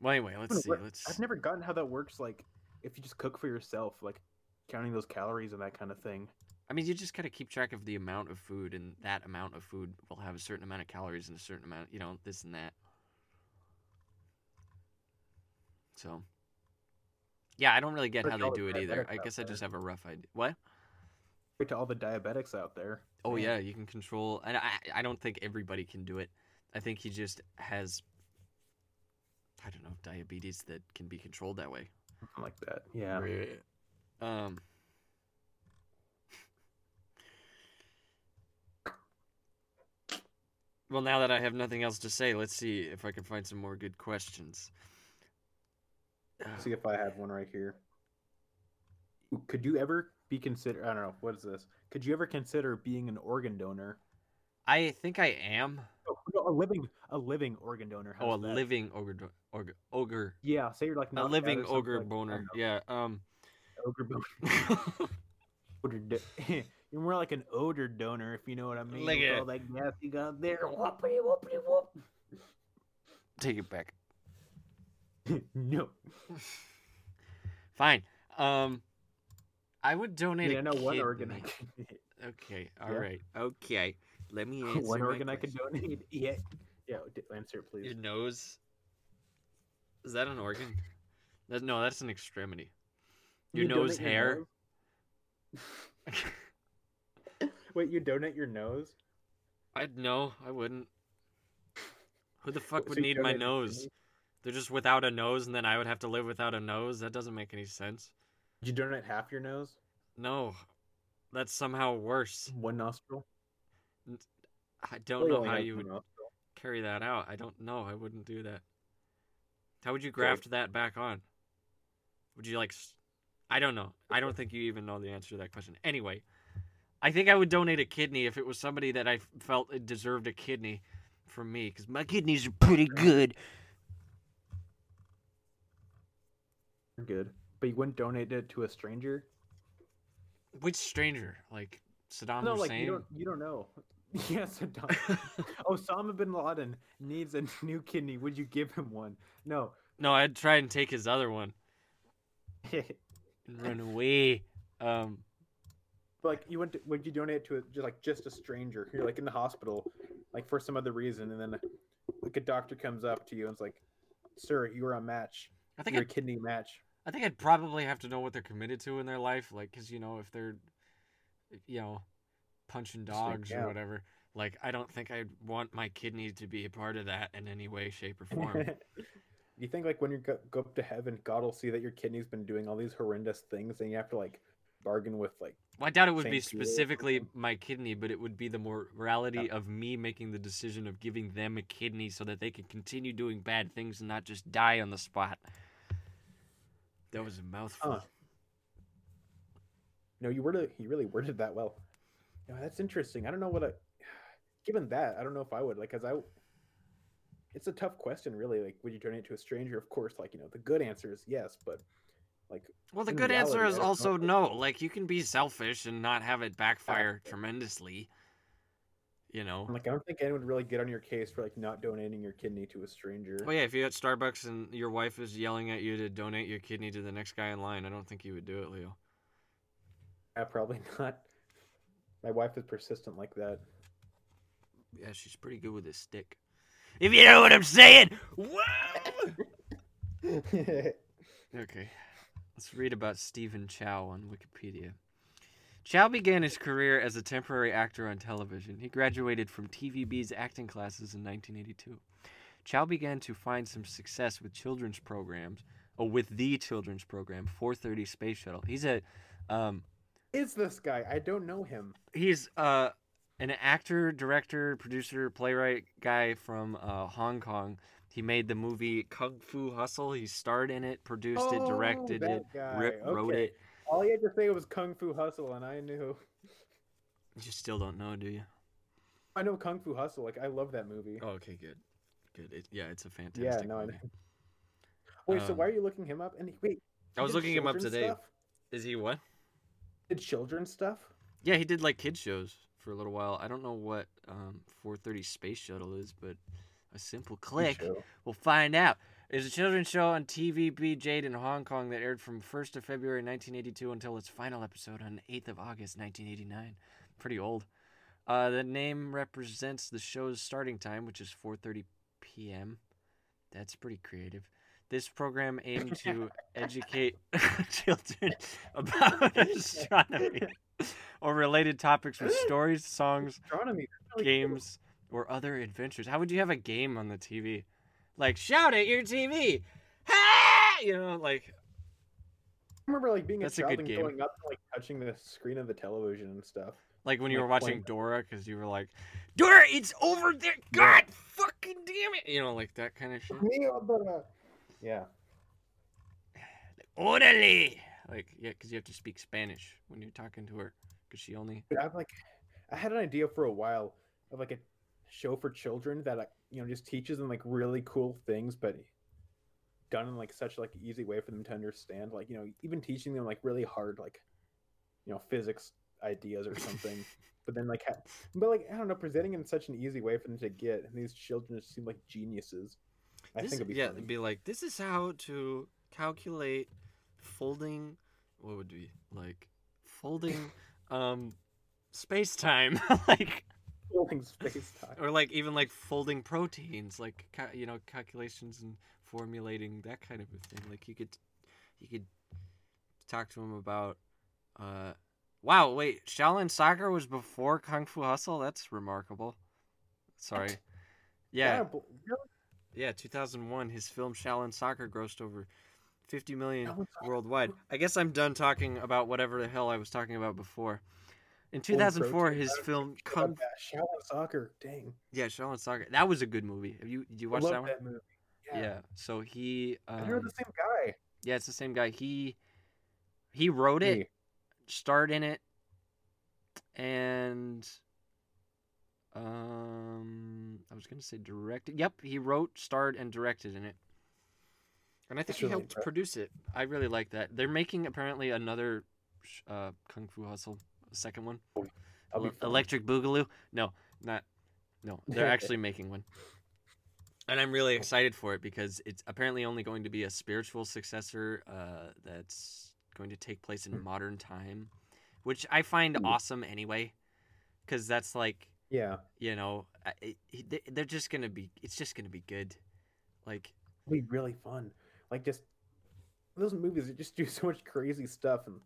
S3: Well anyway, let's see.
S2: What-
S3: Let's
S2: I've never gotten how that works. Like if you just cook for yourself, like counting those calories and that kind of thing.
S3: I mean, you just got to keep track of the amount of food and that amount of food will have a certain amount of calories and a certain amount, you know, this and that. So yeah, I don't really get
S2: But
S3: how
S2: all
S3: they
S2: the
S3: do it either.
S2: diabetics
S3: I
S2: out
S3: guess I
S2: there.
S3: just have a rough idea. What?
S2: Straight to all the diabetics out there.
S3: Oh
S2: Man,
S3: yeah, you can control, and I I don't think everybody can do it. I think he just has, I don't know, diabetes that can be controlled that way.
S2: something like that. Yeah.
S3: Um. Well, now that I have nothing else to say, let's see if I can find some more good questions.
S2: Let's see if I have one right here. Ooh, Could you ever be consider? I don't know. What is this? Could you ever consider being an organ donor?
S3: I think I am.
S2: Oh, no, a living, a living organ donor.
S3: Oh, a
S2: How's that?
S3: living ogre, ogre, ogre,
S2: Yeah, say you're like
S3: a
S2: knocked out
S3: living
S2: or something
S3: ogre
S2: like- I
S3: boner.
S2: don't know,
S3: Yeah. Um.
S2: Ogre boner.
S3: *laughs*
S2: What a do- *laughs* You're more like an odor donor, if you know what I mean.
S3: Like
S2: with
S3: a-
S2: all that gas you got there. Whoopity whoopity whoop. *laughs*
S3: Take it back.
S2: no.
S3: Fine. Um, I would donate.
S2: Yeah,
S3: a
S2: I know one
S3: kidney.
S2: organ I could *laughs*
S3: Okay. All
S2: Yeah.
S3: right. Okay. Let
S2: *laughs*
S3: me answer
S2: one
S3: my
S2: organ I could
S3: question.
S2: donate. *laughs* Yeah. Yeah, d- answer it please.
S3: Your nose. Is that an organ? That, no, that's an extremity. Your
S2: You
S3: nose
S2: donate your
S3: hair.
S2: nose? *laughs* Wait, you donate your nose?
S3: I'd no. I wouldn't. Who the fuck
S2: So
S3: would
S2: you
S3: need my
S2: donate your
S3: nose?
S2: kidney?
S3: They're just without a nose, and then I would have to live without a nose. That doesn't make any sense.
S2: Did you donate half your nose?
S3: No, that's somehow worse.
S2: One nostril?
S3: I don't
S2: Well,
S3: know
S2: only
S3: how
S2: had
S3: you
S2: one
S3: would
S2: nostril.
S3: carry that out. I don't know. I wouldn't do that. How would you graft that back on? Would you like? s- I don't know. I don't think you even know the answer to that question. Anyway, I think I would donate a kidney if it was somebody that I felt it deserved a kidney from me because my kidneys are pretty good.
S2: You're Good. But you wouldn't donate it to a stranger?
S3: Which stranger? Like Saddam
S2: no, like you
S3: Hussein?
S2: don't you don't know. *laughs*
S3: *laughs*
S2: Yes, Saddam. Osama bin Laden needs a new kidney. Would you give him one? No. *laughs*
S3: no, I'd try and take his other one and run away. Um,
S2: like you went to, would you donate to a, just like just a stranger you're like in the hospital like for some other reason and then like a doctor comes up to you and it's like sir you're a match
S3: I think
S2: you're
S3: I
S2: a kidney match
S3: I think I'd probably have to know what they're committed to in their life, like, cause you know if they're, you know, punching
S2: Just like,
S3: dogs
S2: yeah.
S3: or whatever. Like, I don't think I'd want my kidney to be a part of that in any way, shape, or
S2: *laughs*
S3: form.
S2: you think like when you go, go up to heaven god will see that your kidney's been doing all these horrendous things and you have to like bargain with like
S3: well, I doubt it would be
S2: Saint Peter or
S3: specifically
S2: something.
S3: my kidney, but it would be the morality of me making the decision of giving them a kidney so that they can continue doing bad things and not just die on the spot. That was a mouthful.
S2: Huh. no you worded you really worded that well no that's interesting i don't know what i *sighs* given that i don't know if i would like because i it's a tough question really like would you donate to a stranger of course like you know the good answer is yes but like
S3: Well, the
S2: in
S3: good answer
S2: reality,
S3: is
S2: I don't
S3: also
S2: know.
S3: no. Like you can be selfish and not have it backfire tremendously. You know.
S2: I'm like I don't think anyone would really get on your case for like not donating your kidney to a stranger.
S3: Well, yeah. If you're at Starbucks and your wife is yelling at you to donate your kidney to the next guy in line, I don't think you would do it, Leo.
S2: Yeah, probably *laughs* not. My wife is persistent
S3: *laughs*
S2: like that.
S3: Yeah, she's pretty good with a stick. If you know what I'm saying. Whoa. Okay. Let's read about Stephen Chow on Wikipedia. Chow began his career as a temporary actor on television. He graduated from TVB's acting classes in 1982. Chow began to find some success with children's programs, or with the children's program, 430 Space Shuttle. He's a um,
S2: is this guy? I don't know him.
S3: he's uh an actor, director, producer, playwright guy from uh, Hong Kong. He made the movie Kung Fu Hustle. He starred in it, produced it,
S2: Oh,
S3: directed
S2: that
S3: it,
S2: guy.
S3: ri- wrote
S2: Okay.
S3: it.
S2: All he had to say was Kung Fu Hustle, and I knew.
S3: You still don't know, do you?
S2: I know Kung Fu Hustle. Like I love that movie.
S3: Oh, okay, good, good. It, yeah, it's a fantastic.
S2: yeah, no, I know.
S3: movie.
S2: Wait, so
S3: Um,
S2: why are you looking him up? And he- wait,
S3: I
S2: he
S3: was
S2: did
S3: looking him up
S2: children's
S3: today.
S2: Stuff?
S3: Is he what?
S2: Did children's stuff?
S3: Yeah, he did like kid shows for a little while. I don't know what um, 430 Space Shuttle is, but a simple click
S2: Show.
S3: We'll find out. There's a children's show on TVB Jade in Hong Kong that aired from 1st of February 1982 until its final episode on 8th of August 1989. Pretty old. Uh, the name represents the show's starting time, which is 4:30 p.m. That's pretty creative. This program aimed to educate *laughs* children *laughs* about astronomy or related topics with stories, songs,
S2: Astronomy. that's really cool.
S3: games or other adventures. How would you have a game on the TV? Like shout at your TV. Ha! You know, like
S2: I remember like being a
S3: That's a
S2: child
S3: good
S2: and
S3: game.
S2: going up and like touching the screen of the television and stuff.
S3: like when you were
S2: Like
S3: watching
S2: playing-
S3: Dora cuz you were like, "Dora, it's over there. God fucking damn it." You know, like that kind of shit.
S2: Yeah.
S3: Orderly. Like yeah, cuz you have to speak Spanish when you're talking to her cuz she only
S2: Dude, I'm like, I had an idea for a while of like a show for children that like you know just teaches them like really cool things, but done in like such like easy way for them to understand. Like you know, even teaching them like really hard like you know physics ideas or
S3: *laughs*
S2: something. but then like, ha- but like I don't know, presenting in such an easy way for them to get, and these children just seem like geniuses. I
S3: This-
S2: think it'd be
S3: yeah,
S2: funny. *laughs*
S3: it'd be like this is how to calculate folding. What would it be like *laughs* folding um space time, *laughs* like
S2: Holding space time.
S3: or like even like folding proteins, like ca- you know calculations and formulating that kind of a thing. Like you could you could talk to him about. uh Wow, wait, Shaolin Soccer was before Kung Fu Hustle. That's remarkable. Sorry. Yeah,
S2: but-
S3: yeah, 2001, his film Shaolin Soccer grossed over 50 million *laughs* worldwide. I guess I'm done talking about whatever the hell I was talking about before. In 2004, his film
S2: God,
S3: Kung
S2: that Shaolin Soccer, dang.
S3: Yeah, Shaolin Soccer. That was a good movie. Have you did you watch
S2: I
S3: that
S2: love
S3: one?
S2: that movie.
S3: Yeah. So he um,
S2: and they're the same guy.
S3: Yeah, it's the same guy. He he wrote it,
S2: Hey,
S3: starred in it, and um I was gonna say directed. Yep, he wrote, starred, and directed in it. And I think
S2: That's
S3: he
S2: really
S3: helped
S2: impressive.
S3: produce it. I really like that. They're making apparently another sh- uh, Kung Fu Hustle, second one.
S2: I'll be
S3: Ele-
S2: fine.
S3: Electric Boogaloo? No, not. No, they're actually making one. And I'm really excited for it because it's apparently only going to be a spiritual successor uh, that's going to take place in
S2: Hmm.
S3: modern time, which I find
S2: Hmm.
S3: awesome anyway, because that's like
S2: Yeah,
S3: you know I- it, it- they- they're just gonna be it's just gonna be good, like
S2: it'll be really fun. Like just those movies that just do *laughs* so much crazy stuff, and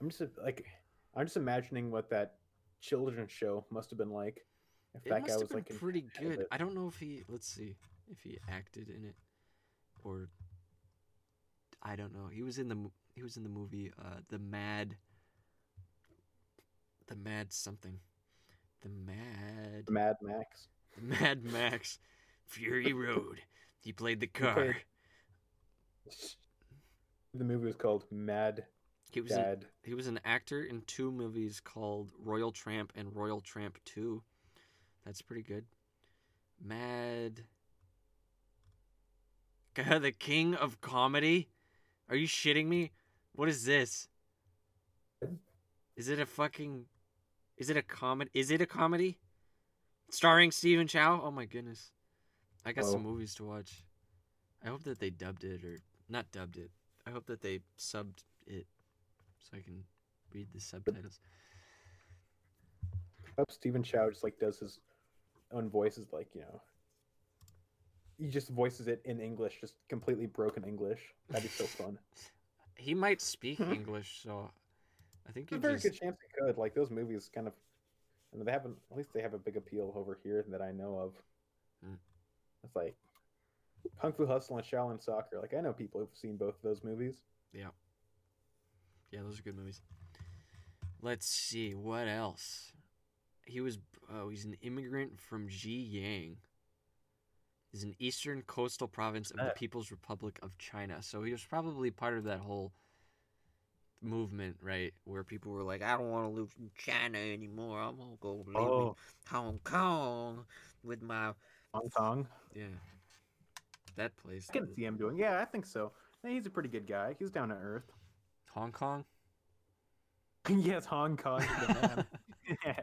S2: I'm just like, I'm just imagining what that children's show must have been like. If
S3: it
S2: that guy
S3: must
S2: was
S3: have been
S2: like, in-
S3: pretty
S2: head of
S3: good.
S2: it.
S3: I don't know if he let's see if he acted in it or I don't know. He was in the mo- he was in the movie uh The Mad The Mad something. The Mad
S2: Mad Max.
S3: The
S2: *laughs*
S3: *laughs* Mad Max Fury Road. He
S2: *laughs*
S3: played the car.
S2: played- The movie was called Mad
S3: He was an,
S2: Dad.
S3: he was an actor in two movies called Royal Tramp and Royal Tramp 2. That's pretty good. Mad God, the king of comedy? Are you shitting me? What is this? Is it a fucking Is it a comedy? Is it a comedy? Starring Stephen Chow? Oh my goodness. I got some
S2: Whoa.
S3: movies to watch. I hope that they dubbed it or not dubbed it. I hope that they subbed it so I can read the subtitles.
S2: I hope Stephen Chow just like does his own voices, like you know, he just voices it in English, just completely broken English.
S3: *laughs*
S2: That'd be so fun.
S3: He might speak
S2: Mhm.
S3: English, so I think
S2: There's
S3: you
S2: a very
S3: just
S2: good chance he could. Like those movies, kind of, I mean, they haven't. At least they have a big appeal over here that I know of.
S3: Mm.
S2: It's like Kung Fu Hustle and Shaolin Soccer. Like I know people who've seen both of those movies.
S3: yeah, those are good movies. Let's see what else. He was oh, he's an immigrant from Zhejiang. Is an eastern coastal province of the
S2: that?
S3: People's Republic of China. So he was probably part of that whole movement, right? Where people were like, I don't want to live in China anymore. I'm going to go live
S2: Oh.
S3: in Hong Kong with my.
S2: Hong Kong.
S3: Yeah. That place.
S2: I can see him doing. Yeah, I think so. Yeah, He's a pretty good guy. He's down to earth. *laughs*
S3: Hong Kong?
S2: yes, Hong Kong. is the
S3: *laughs*
S2: man.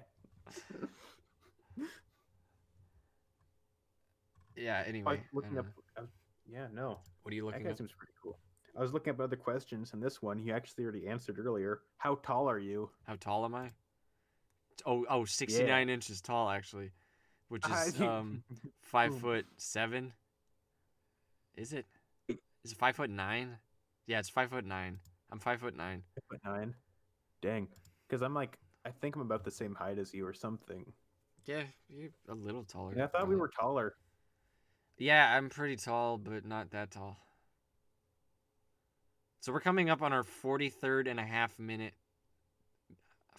S3: yeah,
S2: I was
S3: anyway. I
S2: looking
S3: don't
S2: up.
S3: know.
S2: I was- yeah, no,
S3: What are you
S2: that
S3: looking
S2: guy
S3: at?
S2: seems pretty cool. I was looking up other questions, and this one you actually already answered earlier. How tall are you?
S3: How tall am I? Oh, oh, 69 inches tall, actually, which
S2: *laughs*
S3: is *laughs* um, five
S2: Boom.
S3: foot seven. Is it? Is it five foot nine? Yeah, it's five foot nine. I'm five foot nine.
S2: Foot nine. Dang, because I'm like, I think I'm about the same height as you or something.
S3: Yeah, you're a little taller.
S2: And I thought we
S3: really.
S2: were taller.
S3: Yeah, I'm pretty tall, but not that tall. So we're coming up on our 43rd and a half minute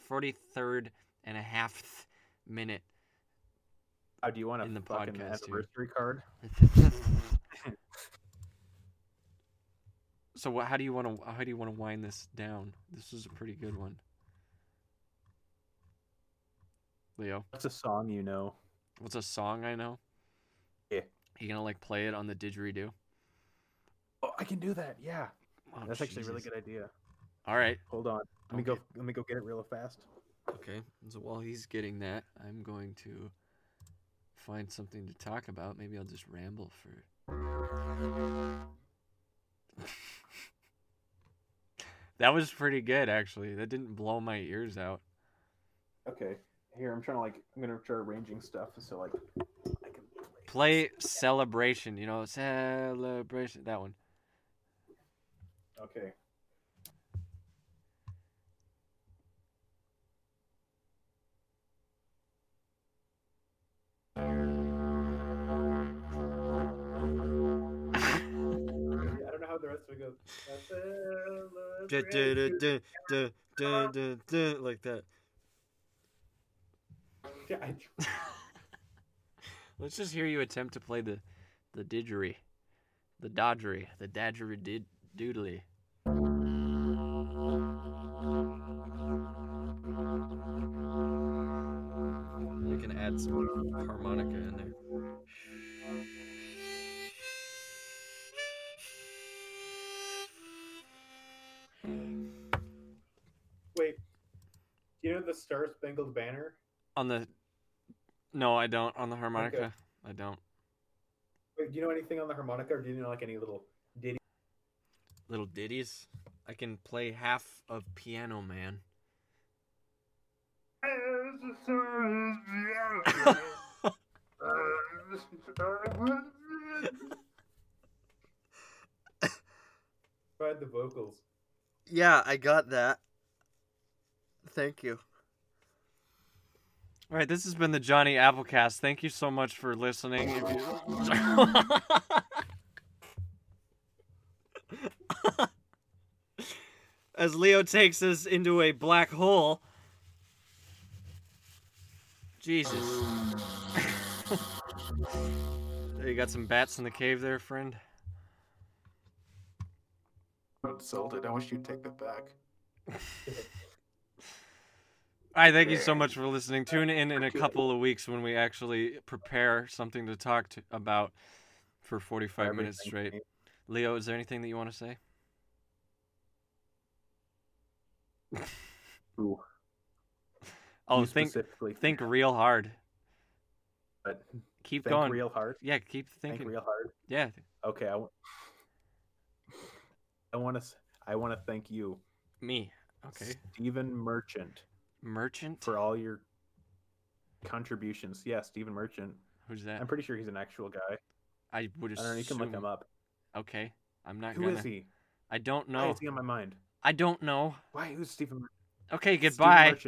S3: 43rd and a half minute.
S2: Oh, do you want a
S3: In the
S2: fucking
S3: podcast, too.
S2: anniversary card?
S3: so what how do you want to how do you want to wind this down? This is a pretty good one. Leo,
S2: What's a song you know?
S3: what's a song I know?
S2: Yeah.
S3: You going to like play it on the didgeridoo?
S2: Oh, I can do that. Yeah,
S3: Oh,
S2: that's actually a really
S3: Jesus.
S2: good idea.
S3: All right.
S2: Hold on, let me
S3: Okay.
S2: go. Let me go get it real fast.
S3: Okay, so while he's getting that, I'm going to find something to talk about. Maybe I'll just ramble for. *laughs* that was pretty good, actually. That didn't blow my ears out.
S2: Okay, here I'm trying to like, I'm gonna try arranging stuff so like, I can
S3: Play Celebration, you know, Celebration, that one.
S2: Okay.
S1: Dun, dun, dun, dun, dun, dun, dun, dun, like that.
S2: Yeah, I-
S3: Let's just hear you attempt to play the the didgery. The dodgery. The dadgery did doodly.
S1: We can add some harmonica in there.
S2: Wait, you know the Star Spangled Banner?
S3: On the No, I don't on the harmonica. I don't.
S2: Wait, do you know anything on the harmonica, or do you know like any little ditty?
S1: Little ditties. I can play half of Piano Man.
S2: *laughs* Tried the vocals.
S1: Yeah, I got that. Thank you.
S3: All right, this has been the Johnny Applecast. Thank you so much for listening. If you- *laughs*
S1: As Leo takes us into a black hole.
S3: Jesus. *laughs* you got some bats in the cave there, friend.
S4: I'm insulted. I wish you'd take that back.
S3: All right, thank you so much for listening. Tune in in a couple of weeks when we actually prepare something to talk to, about for 45 minutes
S2: Everything.
S3: straight. Leo, is there anything that you want to say?
S2: Ooh,
S3: Oh,
S2: you
S3: think
S2: specifically.
S3: think real hard.
S2: But
S3: Keep
S2: think
S3: going.
S2: real hard.
S3: yeah, keep
S2: Think
S3: thinking.
S2: real hard.
S3: yeah.
S2: Okay, I, w- I want to. I want to thank you,
S3: Me. Okay.
S2: Stephen Merchant,
S3: Merchant?
S2: for all your contributions. Yeah, Stephen Merchant.
S3: Who's that?
S2: I'm pretty sure he's an actual guy.
S3: I would
S2: I
S3: assume.
S2: don't know. You can look him up.
S3: Okay. I'm not
S2: Who
S3: gonna.
S2: is he?
S3: I don't
S2: Why
S3: know.
S2: is he on my mind?
S3: I don't know.
S2: Why? Who's Stephen? Mer-
S3: Okay,
S2: Stephen
S3: goodbye.
S2: Merchant.